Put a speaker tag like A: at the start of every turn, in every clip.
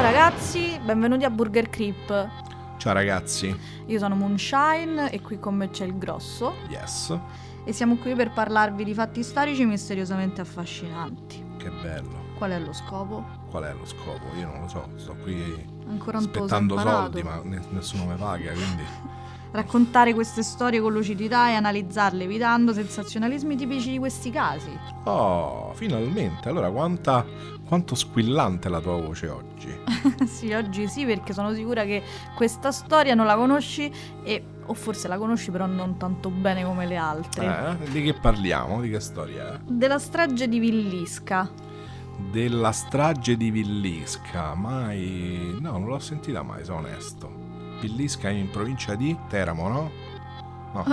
A: ragazzi, benvenuti a Burger Creep.
B: Ciao ragazzi.
A: Io sono Moonshine e qui con me c'è il grosso
B: Yes.
A: e siamo qui per parlarvi di fatti storici misteriosamente affascinanti.
B: Che bello.
A: Qual è lo scopo?
B: Qual è lo scopo? Io non lo so. Sto qui
A: Ancora un po'
B: aspettando
A: imparato.
B: soldi, ma ne- nessuno mi paga, quindi
A: Raccontare queste storie con lucidità e analizzarle evitando sensazionalismi tipici di questi casi.
B: Oh, finalmente. Allora, quanta quanto squillante è la tua voce oggi.
A: sì, oggi sì, perché sono sicura che questa storia non la conosci e o forse la conosci però non tanto bene come le altre.
B: Eh, di che parliamo? Di che storia? è?
A: Della strage di Villisca.
B: Della strage di Villisca. Mai No, non l'ho sentita mai, sono onesto. Villisca in provincia di Teramo, no? No.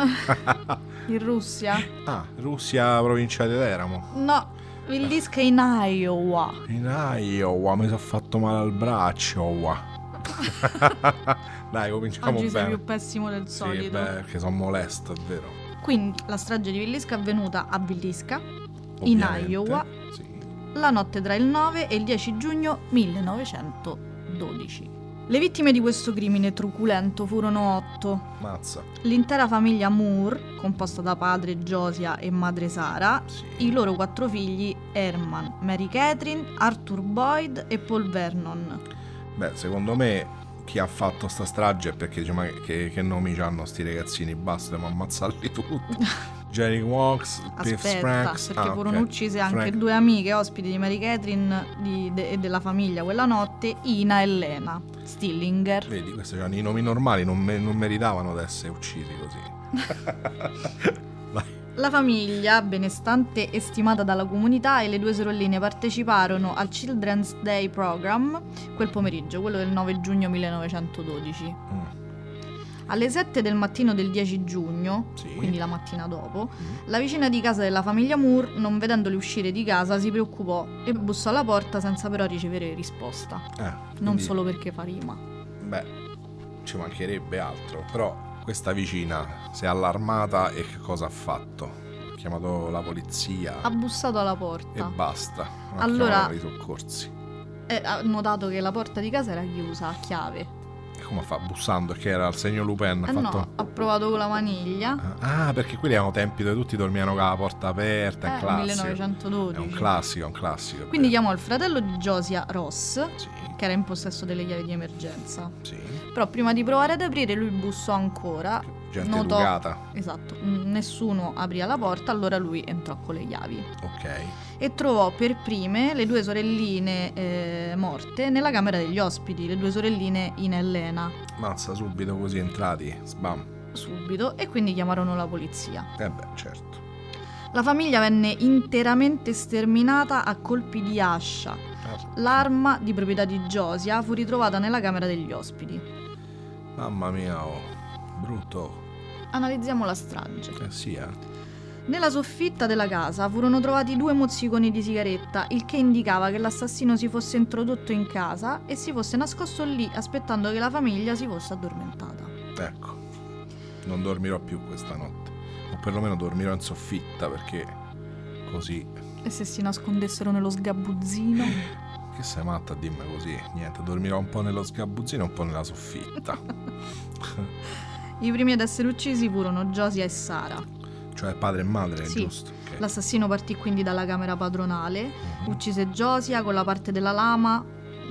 A: In Russia?
B: ah, Russia, provincia di Teramo.
A: No, Villisca è in Iowa.
B: In Iowa mi sono fatto male al braccio. Iowa. Dai, cominciamo
A: Oggi sei
B: bene.
A: più pessimo del
B: sì,
A: solito.
B: beh, perché sono molesto, è vero.
A: Quindi la strage di Villisca è avvenuta a Villisca
B: Ovviamente.
A: Iowa.
B: Sì.
A: la notte tra il 9 e il 10 giugno 1912. Le vittime di questo crimine truculento furono otto,
B: Mazza.
A: L'intera famiglia Moore, composta da padre Josia e madre Sara,
B: Sì.
A: i loro quattro figli Herman, Mary Catherine, Arthur Boyd e Paul Vernon.
B: Beh, secondo me chi ha fatto sta strage è perché dice, ma che, che nomi hanno sti ragazzini? Basta, dobbiamo ammazzarli tutti. Jerry Walks, Cliff
A: Aspetta,
B: Franks.
A: perché
B: ah,
A: furono
B: ok.
A: uccise anche
B: Frank-
A: due amiche ospiti di Mary Catherine di- de- e della famiglia quella notte, Ina e Lena Stillinger.
B: Vedi, questi erano i nomi normali, non, me- non meritavano di essere uccisi così. Vai.
A: La famiglia, benestante e stimata dalla comunità, e le due sorelline parteciparono al Children's Day Program quel pomeriggio, quello del 9 giugno 1912.
B: Mm,
A: Alle 7 del mattino del 10 giugno,
B: sì.
A: quindi la mattina dopo,
B: Mm.
A: la vicina di casa della famiglia Moore, non vedendoli uscire di casa, si preoccupò e bussò alla porta senza però ricevere risposta.
B: Eh,
A: Non
B: quindi-
A: solo perché fa rima.
B: Beh, ci mancherebbe altro, però questa vicina si è allarmata e che cosa ha fatto? Ha chiamato la polizia
A: Ha bussato alla
B: e
A: porta.
B: basta. Non ha
A: Allora-
B: chiamato i soccorsi.
A: E ha notato che la porta di casa era chiusa a chiave.
B: E come fa? Bussando, che era al segno Lupin.
A: Eh
B: Ha fatto...
A: no, ha provato con la maniglia.
B: Ah, perché quelli erano tempi dove tutti dormivano con la porta aperta, è un
A: Eh,
B: classico.
A: 1912.
B: È un classico, eh. è un classico. è
A: Quindi
B: vero.
A: chiamò il fratello di Josia Ross,
B: Sì,
A: che era in possesso delle chiavi di emergenza.
B: sì.
A: Però prima di provare ad aprire lui bussò ancora
B: Gente
A: Notò-
B: educata.
A: Esatto, n- nessuno aprì la porta, allora lui entrò con le chiavi
B: Ok.
A: e trovò per prime le due sorelline eh, morte nella camera degli ospiti, le due sorelline in Elena,
B: Mazza, subito così entrati. Sbam.
A: subito e quindi chiamarono la polizia.
B: Eh beh, certo.
A: La famiglia venne interamente sterminata a colpi di ascia.
B: Eh,
A: L'arma di proprietà di Josia fu ritrovata nella camera degli ospiti.
B: Mamma mia, oh. Brutto.
A: Analizziamo la strage.
B: Eh sì, eh.
A: Nella soffitta della casa furono trovati due mozziconi di sigaretta, il che indicava che l'assassino si fosse introdotto in casa e si fosse nascosto lì aspettando che la famiglia si fosse addormentata.
B: Ecco, non dormirò più questa notte. O perlomeno dormirò in soffitta perché così.
A: E se si nascondessero nello sgabuzzino?
B: Che sei matta a dirmi così? Niente, dormirò un po' nello sgabuzzino e un po' nella soffitta.
A: I primi ad essere uccisi furono Josia e Sara.
B: cioè padre e madre,
A: Sì,
B: giusto? Ok.
A: L'assassino partì quindi dalla camera padronale,
B: Mhm.
A: uccise Josia con la parte della lama,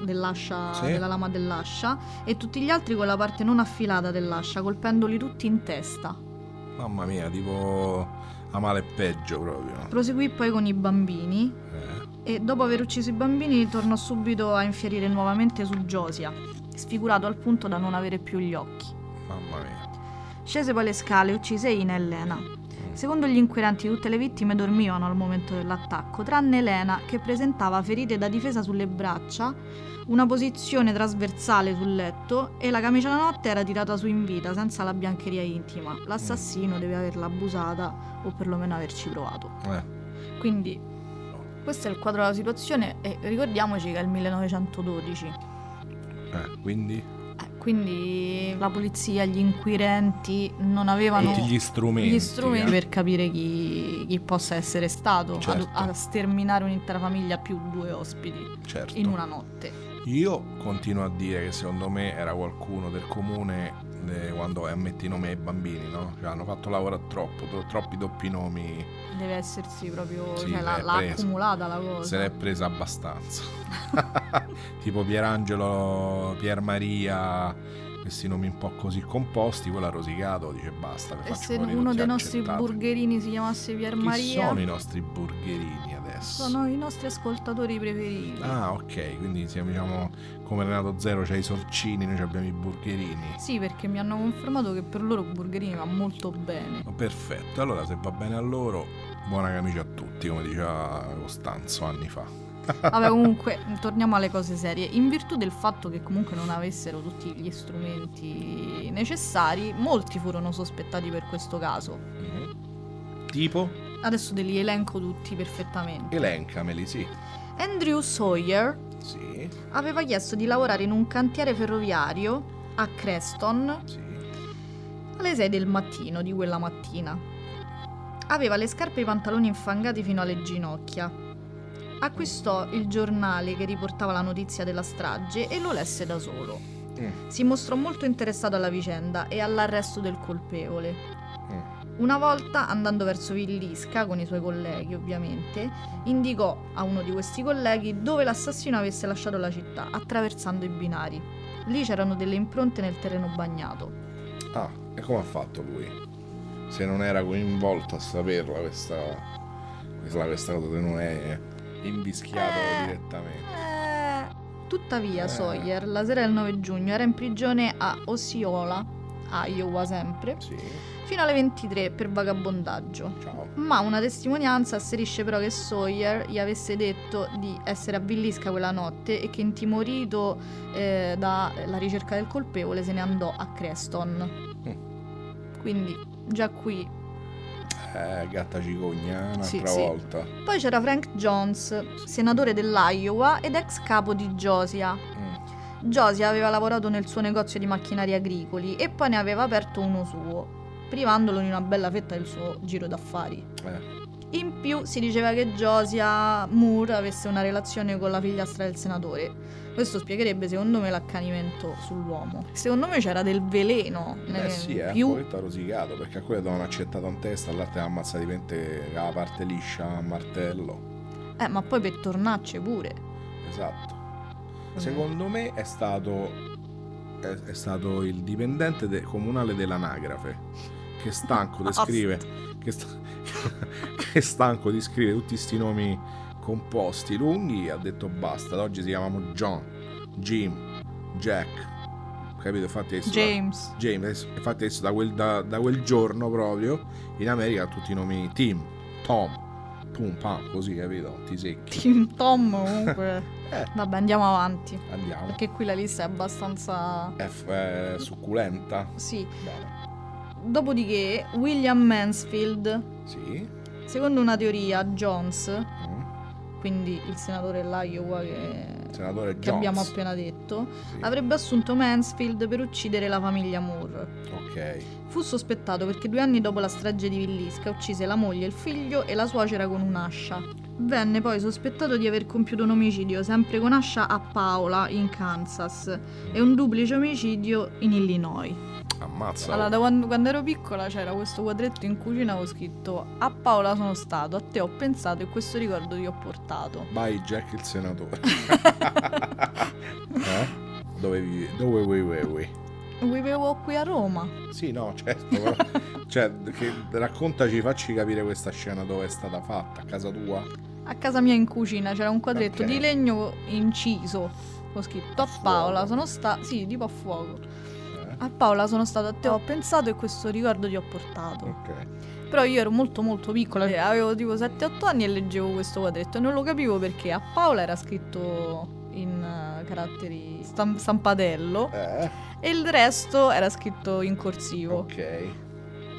A: dell'ascia,
B: Sì.
A: della lama dell'ascia, e tutti gli altri con la parte non affilata dell'ascia, colpendoli tutti in testa.
B: Mamma mia, tipo a male e peggio proprio.
A: Proseguì poi con i bambini,
B: Eh,
A: e dopo aver ucciso i bambini tornò subito a infierire nuovamente su Josia, sfigurato al punto da non avere più gli occhi.
B: mamma mia.
A: Scese poi le scale e uccise Ina e Lena.
B: Mm.
A: Secondo gli inquirenti tutte le vittime dormivano al momento dell'attacco, tranne Lena che presentava ferite da difesa sulle braccia, una posizione trasversale sul letto e la camicia da notte era tirata su in vita senza la biancheria intima. L'assassino deve averla abusata o perlomeno averci provato.
B: Eh,
A: Quindi questo è il quadro della situazione e ricordiamoci che è il 1912.
B: eh, quindi
A: Eh, Quindi la polizia, gli inquirenti non avevano
B: tutti gli strumenti.
A: gli strumenti
B: eh.
A: per capire chi, chi possa essere stato ad-
B: Certo.
A: a, sterminare un'intera famiglia più due ospiti
B: certo.
A: in una notte.
B: Io continuo a dire che secondo me era qualcuno del comune eh, quando metti i nomi ai bambini, no? Cioè, hanno fatto lavorare troppo, tro- troppi doppi nomi,
A: Deve essersi proprio.
B: Sì,
A: cioè, l'ha,
B: l'è
A: l'ha
B: presa.
A: accumulata la cosa.
B: se l'è presa abbastanza. tipo Pierangelo, Pier Maria, questi nomi un po' così composti, quello ha rosicato, dice basta, vi
A: E
B: faccio
A: se
B: fuori
A: uno
B: tutti,
A: dei nostri
B: accettate.
A: burgerini si chiamasse Pier
B: Chi
A: Maria?
B: sono i nostri burgherini adesso?
A: Sono i nostri ascoltatori preferiti.
B: Ah, ok, quindi siamo, diciamo, come Renato Zero c'è i sorcini, noi abbiamo i burgherini.
A: Sì, perché mi hanno confermato che per loro burgerini va molto bene.
B: Perfetto, allora se va bene a loro, buona camicia a tutti, come diceva Costanzo anni fa.
A: Vabbè, comunque, torniamo alle cose serie. In virtù del fatto che comunque non avessero tutti gli strumenti necessari, molti furono sospettati per questo caso.
B: Tipo?
A: Adesso te li elenco tutti perfettamente.
B: Elencameli, sì.
A: Andrew Sawyer
B: Sì,
A: aveva chiesto di lavorare in un cantiere ferroviario a Creston
B: sì.
A: alle 6 del mattino di quella mattina. Aveva le scarpe e i pantaloni infangati fino alle ginocchia. Acquistò il giornale che riportava la notizia della strage e lo lesse da solo.
B: Mm,
A: Si mostrò molto interessato alla vicenda e all'arresto del colpevole.
B: mm.
A: Una volta, andando verso Villisca con i suoi colleghi ovviamente, indicò a uno di questi colleghi dove l'assassino avesse lasciato la città, attraversando i binari. Lì c'erano delle impronte nel terreno bagnato.
B: Ah, e come ha fatto lui? Se non era coinvolto a saperla questa... Questa, questa cosa se non è invischiato
A: Eh.
B: direttamente.
A: Tuttavia,
B: Eh.
A: Sawyer la sera del 9 giugno era in prigione a Osceola, Iowa sempre,
B: Sì,
A: fino alle 23 per vagabondaggio.
B: ciao.
A: Ma una testimonianza asserisce però che Sawyer gli avesse detto di essere a Villisca quella notte e che intimorito eh, dalla ricerca del colpevole se ne andò a Creston. Quindi già qui
B: Eh, gatta cicogna, un'altra
A: Sì, sì.
B: volta.
A: Poi c'era Frank Jones, senatore dell'Iowa ed ex capo di Josia.
B: Mm,
A: Josia aveva lavorato nel suo negozio di macchinari agricoli e poi ne aveva aperto uno suo, privandolo di una bella fetta del suo giro d'affari.
B: eh,
A: In più si diceva che Josia Moore avesse una relazione con la figliastra del senatore. Questo spiegherebbe secondo me l'accanimento sull'uomo. Secondo me c'era del veleno.
B: Beh
A: nel-
B: Eh sì, è un
A: Eh più...
B: pochetta rosicato perché a quella avevano accettato un testa, all'altra ammazza di pente la parte liscia a martello.
A: Eh, ma poi per tornarci pure.
B: Esatto.
A: Mm.
B: Secondo me è stato, è, è stato il dipendente de- comunale dell'anagrafe che stanco di
A: Basta.
B: scrivere
A: Ah,
B: che, sta- che stanco di scrivere tutti questi nomi composti lunghi ha detto basta, da oggi si chiamano John, Jim, Jack. Capito? Infatti è sulla-
A: James.
B: James, adesso- infatti adesso da quel, da- da quel giorno proprio in America tutti i nomi Tim, Tom, Pum Pam, così capito? Ti secchi.
A: Tim Tom comunque.
B: Eh.
A: Vabbè, andiamo avanti.
B: Andiamo.
A: Perché qui la lista è abbastanza...
B: È, f- è succulenta.
A: Sì.
B: Bene.
A: Dopodiché, William Mansfield,
B: Sì.
A: secondo una teoria, Jones,
B: Mm.
A: quindi il senatore dell'Iowa che,
B: Senatore
A: che
B: Jones.
A: abbiamo appena detto,
B: Sì.
A: avrebbe assunto Mansfield per uccidere la famiglia Moore.
B: Ok.
A: Fu sospettato perché due anni dopo la strage di Villisca uccise la moglie, il figlio e la suocera con un'ascia. Venne poi sospettato di aver compiuto un omicidio sempre con ascia a Paola in Kansas e un duplice omicidio in Illinois.
B: Ammazza.
A: Allora, da quando, quando ero piccola c'era questo quadretto in cucina ho scritto A Paola sono stato, a te ho pensato e questo ricordo ti ho portato.
B: By Jack il senatore. eh? Dove vivi? Dove vuoi vuoi vuoi?
A: Vivevo qui a Roma.
B: Sì, no, certo. però- cioè, che, raccontaci, facci capire questa scena dove è stata fatta, a casa tua.
A: A casa mia in cucina c'era un quadretto
B: Ok.
A: di legno inciso. Ho scritto
B: A
A: a Paola
B: fuoco.
A: sono stato. Sì, tipo a fuoco.
B: Eh?
A: A Paola sono stato, a te ho pensato e questo ricordo ti ho portato.
B: Ok.
A: Però io ero molto molto piccola, cioè, avevo tipo 7-8 anni e leggevo questo quadretto e non lo capivo perché a Paola era scritto in eh, caratteri stam- stampatello.
B: Eh,
A: e il resto era scritto in corsivo.
B: ok,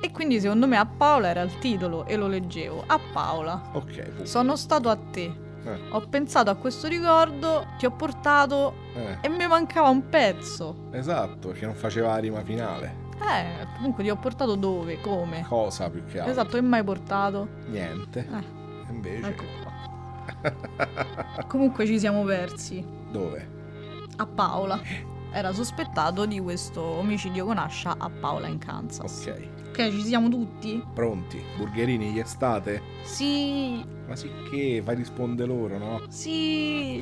A: E quindi secondo me a Paola era il titolo e lo leggevo. A Paola,
B: ok. pu-
A: sono stato a te.
B: Eh.
A: Ho pensato a questo ricordo, ti ho portato
B: eh,
A: e mi mancava un pezzo.
B: esatto, perché non faceva la rima finale.
A: Eh, comunque ti ho portato dove, come?
B: Cosa più che altro?
A: Eh. Esatto, e mai portato?
B: Niente.
A: Eh.
B: Invece,
A: Ecco qua. comunque ci siamo persi.
B: dove?
A: a Paola.
B: Eh.
A: Era sospettato di questo omicidio con ascia a Paola in Kansas.
B: Ok,
A: Ok, ci siamo tutti?
B: pronti? Burgherini, gli estate?
A: Sì,
B: Ma sì che, fai rispondere loro, no?
A: sì.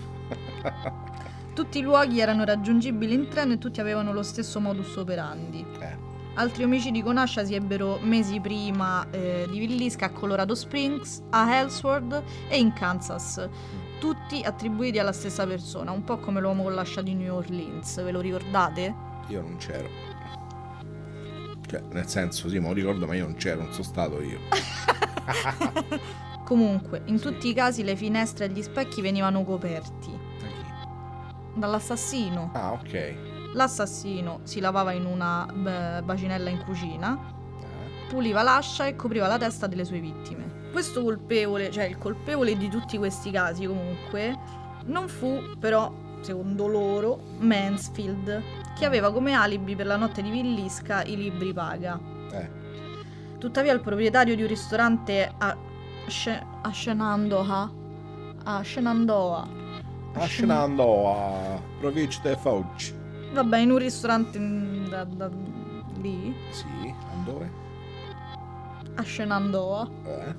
A: Tutti i luoghi erano raggiungibili in treno e tutti avevano lo stesso modus operandi.
B: Eh.
A: Altri omicidi con Ascia si ebbero mesi prima eh, di Villisca a Colorado Springs, a Ellsworth e in Kansas, tutti attribuiti alla stessa persona, un po' come l'uomo con l'ascia di New Orleans, ve lo ricordate?
B: Io non c'ero. Cioè, nel senso, sì, me lo ricordo, ma io non c'ero, non sono stato io.
A: Comunque, in
B: Sì.
A: tutti i casi le finestre e gli specchi venivano coperti
B: Da chi?
A: dall'assassino.
B: Ah, ok. Eh,
A: L'assassino si lavava in una beh, bacinella in cucina, puliva l'ascia e copriva la testa delle sue vittime. Questo colpevole, cioè il colpevole di tutti questi casi comunque, non fu però, secondo loro, Mansfield, che aveva come alibi per la notte di Villisca i libri paga.
B: eh.
A: Tuttavia il proprietario di un ristorante a, She- a Shenandoah, a Shenandoah,
B: Ascenando a Provincia de Foggia.
A: vabbè in un ristorante in- da- da- lì,
B: Sì, a dove?
A: a Shenandoah,
B: Eh?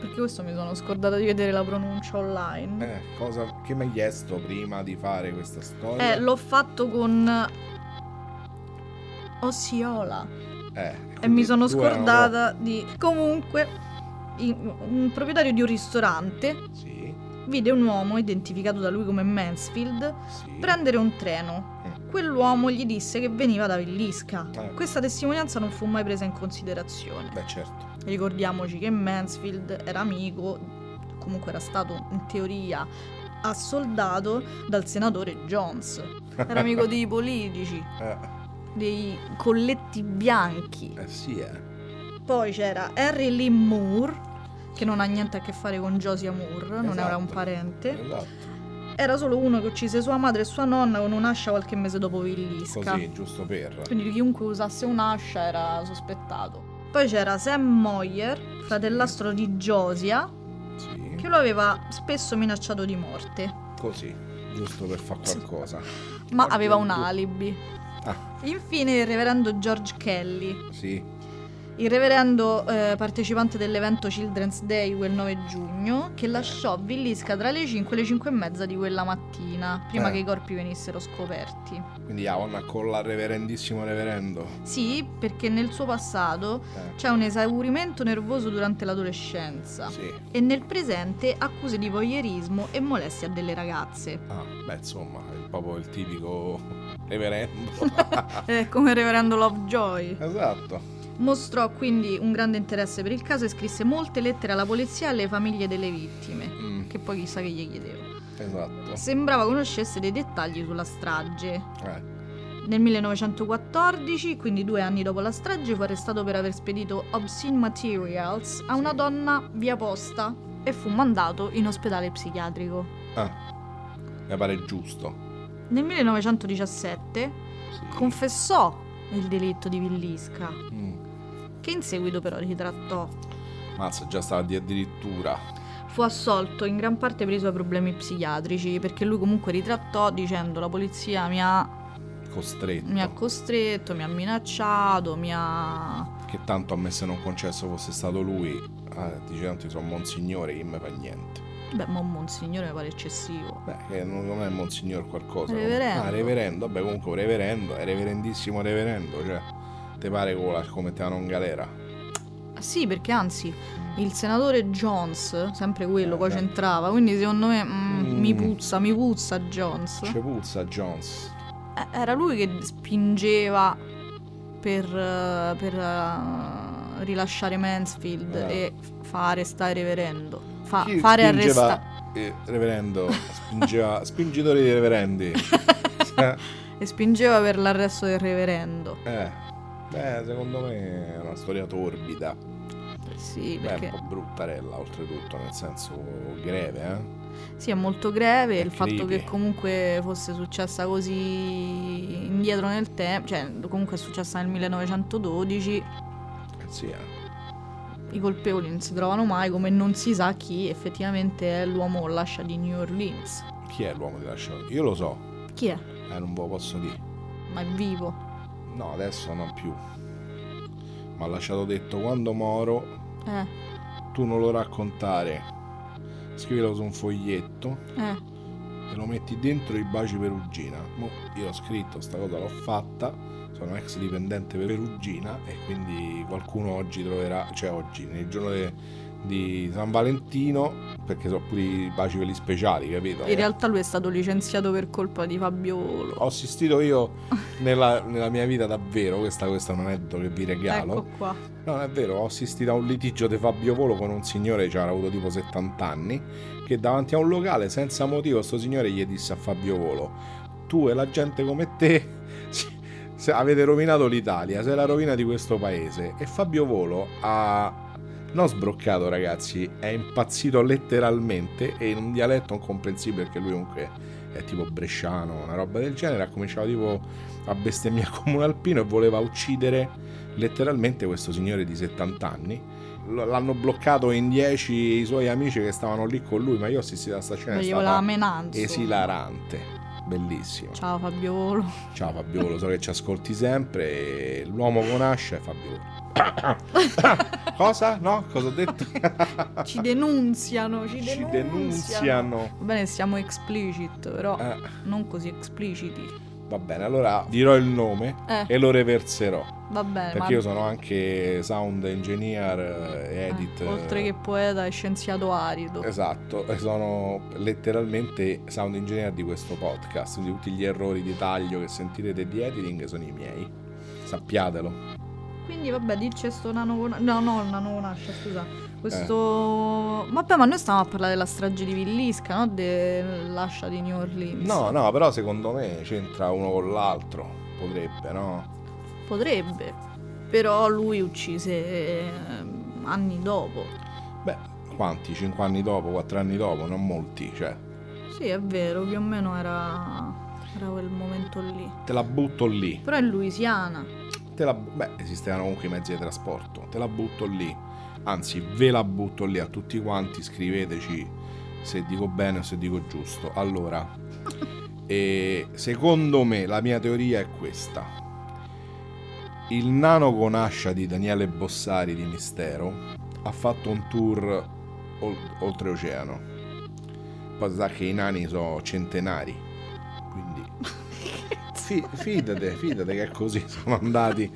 A: perché questo mi sono scordata di vedere la pronuncia online.
B: Eh, cosa che mi hai chiesto prima di fare questa storia?
A: Eh, l'ho fatto con Ossiola
B: Eh,
A: e
B: quindi
A: mi sono
B: due erano
A: scordata di... Comunque, in- un proprietario di un ristorante
B: pro- Sì,
A: vide un uomo identificato da lui come Mansfield
B: sì.
A: prendere un treno.
B: Mm.
A: Quell'uomo gli disse che veniva da Villisca.
B: Eh.
A: Questa testimonianza non fu mai presa in considerazione.
B: Beh, certo.
A: Ricordiamoci che Mansfield era amico, comunque era stato in teoria assoldato dal senatore Jones. Era amico dei politici,
B: Eh,
A: dei colletti bianchi.
B: eh, sì, eh.
A: Poi c'era Harry Lee Moore, che non ha niente a che fare con Josiah Moore, non era un
B: Esatto.
A: parente.
B: Esatto.
A: Era solo uno che uccise sua madre e sua nonna con un'ascia qualche mese dopo Villisca.
B: Così, giusto per.
A: Quindi chiunque usasse un'ascia era sospettato. Poi c'era Sam Moyer, fratellastro di Josiah, che
B: Sì.
A: lo aveva spesso minacciato di morte,
B: Così, giusto per fare qualcosa.
A: ma
B: Oddio.
A: aveva un alibi.
B: Ah,
A: Infine il reverendo George Kelly,
B: sì.
A: Il reverendo eh, partecipante dell'evento Children's Day quel 9 giugno che lasciò Villisca tra le 5 e le 5 e mezza di quella mattina, prima
B: Eh.
A: che i corpi venissero scoperti.
B: Quindi Avon con la reverendissimo reverendo.
A: Sì, perché nel suo passato
B: Eh,
A: c'è un esaurimento nervoso durante l'adolescenza
B: sì.
A: e nel presente accuse di voyeurismo e molestia delle ragazze.
B: Ah, beh, insomma, è proprio il tipico reverendo.
A: Eh, come il reverendo Lovejoy.
B: esatto.
A: Mostrò quindi un grande interesse per il caso e scrisse molte lettere alla polizia e alle famiglie delle vittime,
B: Mm,
A: che poi chissà che gli chiedevo.
B: esatto.
A: Sembrava conoscesse dei dettagli sulla strage.
B: Eh,
A: Nel 1914, quindi due anni dopo la strage, fu arrestato per aver spedito obscene materials a una
B: Sì.
A: donna via posta e fu mandato in ospedale psichiatrico.
B: Ah, mi pare giusto.
A: Nel 1917
B: Sì.
A: confessò il delitto di Villisca,
B: Mm.
A: che in seguito però ritrattò.
B: Mazza, già stava di addirittura.
A: Fu assolto in gran parte per i suoi problemi psichiatrici, perché lui comunque ritrattò dicendo la polizia mi ha,
B: Costretto.
A: mi ha costretto, mi ha minacciato, mi ha...
B: Che tanto a me se non concesso fosse stato lui. Ah, dice tanto io sono monsignore, che mi fa niente.
A: Beh, ma un monsignore mi pare eccessivo.
B: Beh, che non non è monsignor qualcosa.
A: Reverendo.
B: Ah, reverendo, vabbè, comunque un reverendo, è reverendissimo reverendo, cioè. Te pare che come mettevano in galera?
A: Ah, Sì, perché anzi, il senatore Jones, sempre quello,
B: Eh,
A: poi
B: beh.
A: c'entrava, quindi secondo me mm,
B: Mm. Cioè.
A: mi puzza, mi puzza Jones.
B: C'è puzza Jones.
A: Eh, Era lui che spingeva per, eh, per, eh, rilasciare Mansfield
B: Eh.
A: e f- fare stare reverendo. Fa-
B: Chi
A: fare
B: spingeva-
A: arrestare.
B: eh, reverendo, spingeva, spingitori di reverendi.
A: E spingeva per l'arresto del reverendo.
B: eh, beh, secondo me è una storia torbida.
A: Sì,
B: Beh,
A: perché
B: un po' bruttarella, oltretutto, nel senso greve, eh?
A: Sì, è molto greve il fatto
B: creepy.
A: che comunque fosse successa così indietro nel tempo, cioè comunque è successa nel 1912,
B: Eh Sì, eh.
A: i colpevoli non si trovano mai, come non si sa chi effettivamente è l'uomo o l'ascia di New Orleans.
B: Chi è l'uomo di lasciare? Io lo so,
A: Chi è?
B: Eh, non ve lo posso dire.
A: ma è vivo.
B: No, adesso non più. Ma ha lasciato detto, quando moro
A: Eh,
B: tu non lo raccontare. Scrivilo su un foglietto
A: eh,
B: e lo metti dentro i baci Perugina. Mo io ho scritto sta cosa, l'ho fatta, sono ex dipendente Perugina e quindi qualcuno oggi troverà, cioè oggi, nel giorno de- di San Valentino, perché sono pure i baci quelli speciali, capito?
A: in realtà lui è stato licenziato per colpa di Fabiolo.
B: Ho assistito io nella, nella mia vita davvero, questa, questa è un aneddoto che vi regalo.
A: Ecco qua.
B: No, non è vero, ho assistito a un litigio di Fabio Volo con un signore che avrà avuto tipo 70 anni, che davanti a un locale, senza motivo, sto signore gli disse a Fabio Volo, tu e la gente come te se- avete rovinato l'Italia, sei la rovina di questo paese. E Fabio Volo ha... Non sbroccato ragazzi, è impazzito letteralmente e in un dialetto incomprensibile perché lui comunque è tipo bresciano, una roba del genere, ha cominciato tipo a bestemmiare come un alpino e voleva uccidere letteralmente questo signore di 70 anni. L- L'hanno bloccato in 10 i suoi amici che stavano lì con lui, ma io ho assistito a sta scena, è
A: Gli
B: stata
A: voleva menanza.
B: esilarante, bellissimo.
A: Ciao Fabiolo.
B: Ciao Fabiolo, so che ci ascolti sempre. e L'uomo con ascia è Fabiolo. Cosa? No? Cosa ho detto?
A: Ci denunziano, ci
B: Ci
A: denunziano.
B: denunziano.
A: Va bene, siamo explicit, però
B: Eh,
A: non così espliciti.
B: va bene, allora dirò il nome
A: Eh,
B: e lo reverserò.
A: va bene. ma-
B: Perché io sono anche sound engineer, eh,
A: eh,
B: edit.
A: oltre
B: eh,
A: che poeta e scienziato arido.
B: Esatto, e sono letteralmente sound engineer di questo podcast, quindi tutti gli errori di taglio che sentirete di editing sono i miei. Sappiatelo.
A: Quindi vabbè, dice sto nano con- No, no, nano con ascia, scusa. Questo...
B: Eh.
A: Vabbè, ma noi stavamo a parlare della strage di Villisca, no? Dell'ascia di New Orleans.
B: No, no, però secondo me c'entra uno con l'altro, potrebbe, no?
A: Potrebbe. Però lui uccise eh, anni dopo.
B: Beh, quanti? 5 anni dopo, 4 anni dopo, non molti, cioè.
A: Sì, è vero, più o meno era... Era quel momento lì.
B: Te la butto lì.
A: Però è Louisiana.
B: Te la, beh, esistevano comunque i mezzi di trasporto, te la butto lì. Anzi, ve la butto lì a tutti quanti, scriveteci se dico bene o se dico giusto. Allora, eh, secondo me la mia teoria è questa. Il nano con ascia di Daniele Bossari di Mistero ha fatto un tour ol- oltreoceano. Poi si sa che i nani sono centenari, quindi Fi- fidate, fidate che così sono andati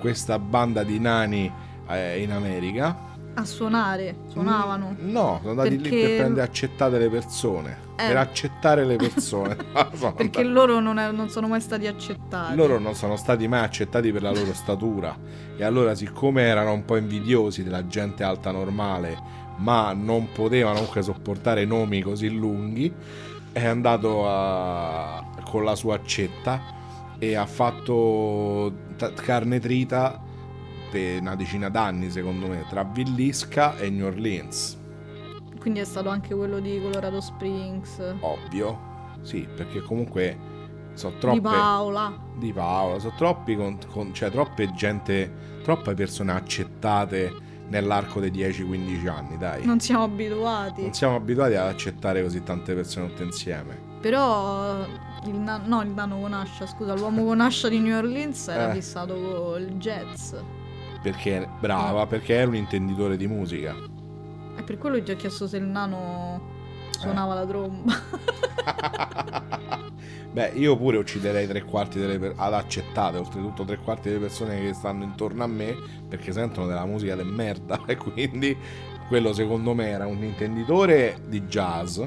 B: questa banda di nani eh, in America.
A: A suonare, suonavano.
B: Mm, No, sono andati lì per
A: Perché-
B: prendere accettate le persone.
A: Eh.
B: Per accettare le persone. Ah, Sono
A: Perché
B: andati-
A: loro non, è- non sono mai stati accettati.
B: loro non sono stati mai accettati per la loro statura. E allora, siccome erano un po' invidiosi della gente alta normale, ma non potevano comunque sopportare nomi così lunghi, è andato a- con la sua accetta e ha fatto ta- carne trita per una decina d'anni, secondo me, tra Villisca e New Orleans.
A: Quindi è stato anche quello di Colorado Springs.
B: Ovvio, sì, perché comunque sono
A: Di
B: troppe.
A: Paola.
B: di Paola, sono troppi con, con- cioè, troppe gente, troppe persone accettate nell'arco dei 10-15 anni, dai.
A: Non siamo abituati.
B: Non siamo abituati ad accettare così tante persone tutte insieme.
A: Però il na- no, il nano con ascia, scusa, l'uomo con ascia di New Orleans era
B: Eh.
A: fissato col jazz.
B: Perché brava, perché era un intenditore di musica.
A: E per quello ti ho chiesto se il nano
B: Eh.
A: suonava la tromba.
B: Beh, io pure ucciderei tre quarti delle persone. Ad accettate, oltretutto tre quarti delle persone che stanno intorno a me perché sentono della musica del merda. E quindi quello secondo me era un intenditore di jazz.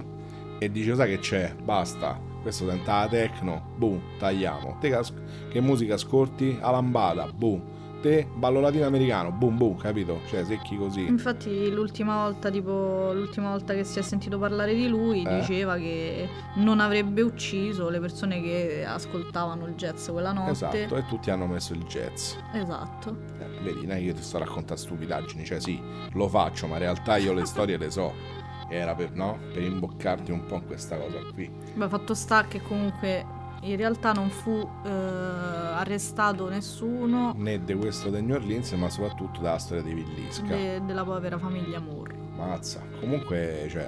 B: E dice: Sai che c'è? Basta. Questo senta la techno, boom, tagliamo. Te che as- che musica ascolti? A lambada, boom. Te ballo latino americano, boom, boom, capito? Cioè, secchi così.
A: Infatti l'ultima volta, tipo, l'ultima volta che si è sentito parlare di lui,
B: Eh.
A: diceva che non avrebbe ucciso le persone che ascoltavano il jazz quella notte.
B: Esatto, e tutti hanno messo il jazz.
A: Esatto.
B: Eh, Vedi, non è che io ti sto raccontando stupidaggini, cioè sì, lo faccio, ma in realtà io le storie le so. Era per, no? per imboccarti un po' in questa cosa qui.
A: Beh, fatto sta che comunque in realtà non fu eh, arrestato nessuno
B: Né di questo di New Orleans, ma soprattutto della storia di Villisca.
A: de- della povera famiglia Moore.
B: Mazza. Comunque, cioè,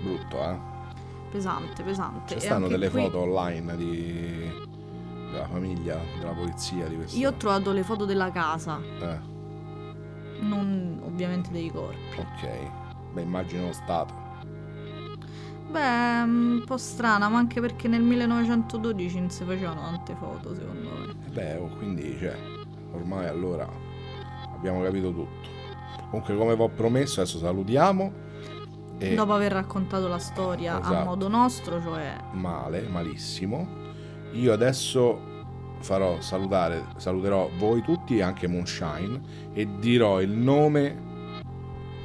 B: brutto, eh?
A: Pesante, pesante.
B: Ci
A: E
B: stanno
A: anche
B: delle
A: qui-
B: foto online di della famiglia, della polizia di questo.
A: Io ho trovato le foto della casa,
B: Eh,
A: non ovviamente dei corpi.
B: ok. Beh, immagino lo Stato.
A: Beh, mm, un po' strana, ma anche perché nel 1912 non si facevano tante foto, secondo me.
B: Eh Beh, oh, quindi, cioè, ormai allora abbiamo capito tutto. Comunque, come vi ho promesso, adesso salutiamo. E
A: Dopo aver raccontato la storia a
B: Eh. Esatto.
A: modo nostro, cioè
B: male, malissimo. Io adesso farò salutare, saluterò voi tutti e anche Moonshine e dirò il nome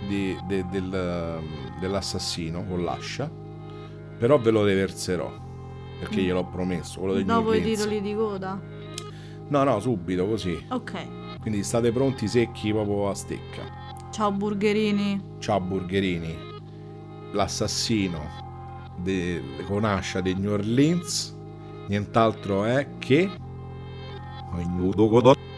B: di- de- del, ehm, dell'assassino con l'ascia, però ve lo reverserò perché
A: Mm.
B: gliel'ho promesso, quello dei
A: dopo
B: New
A: i
B: Prince.
A: titoli di coda.
B: No, no, subito così.
A: Ok,
B: Quindi state pronti secchi proprio a stecca.
A: ciao burgerini.
B: Ciao Burgherini, l'assassino de- con ascia dei New Orleans, nient'altro è che... Ognuno con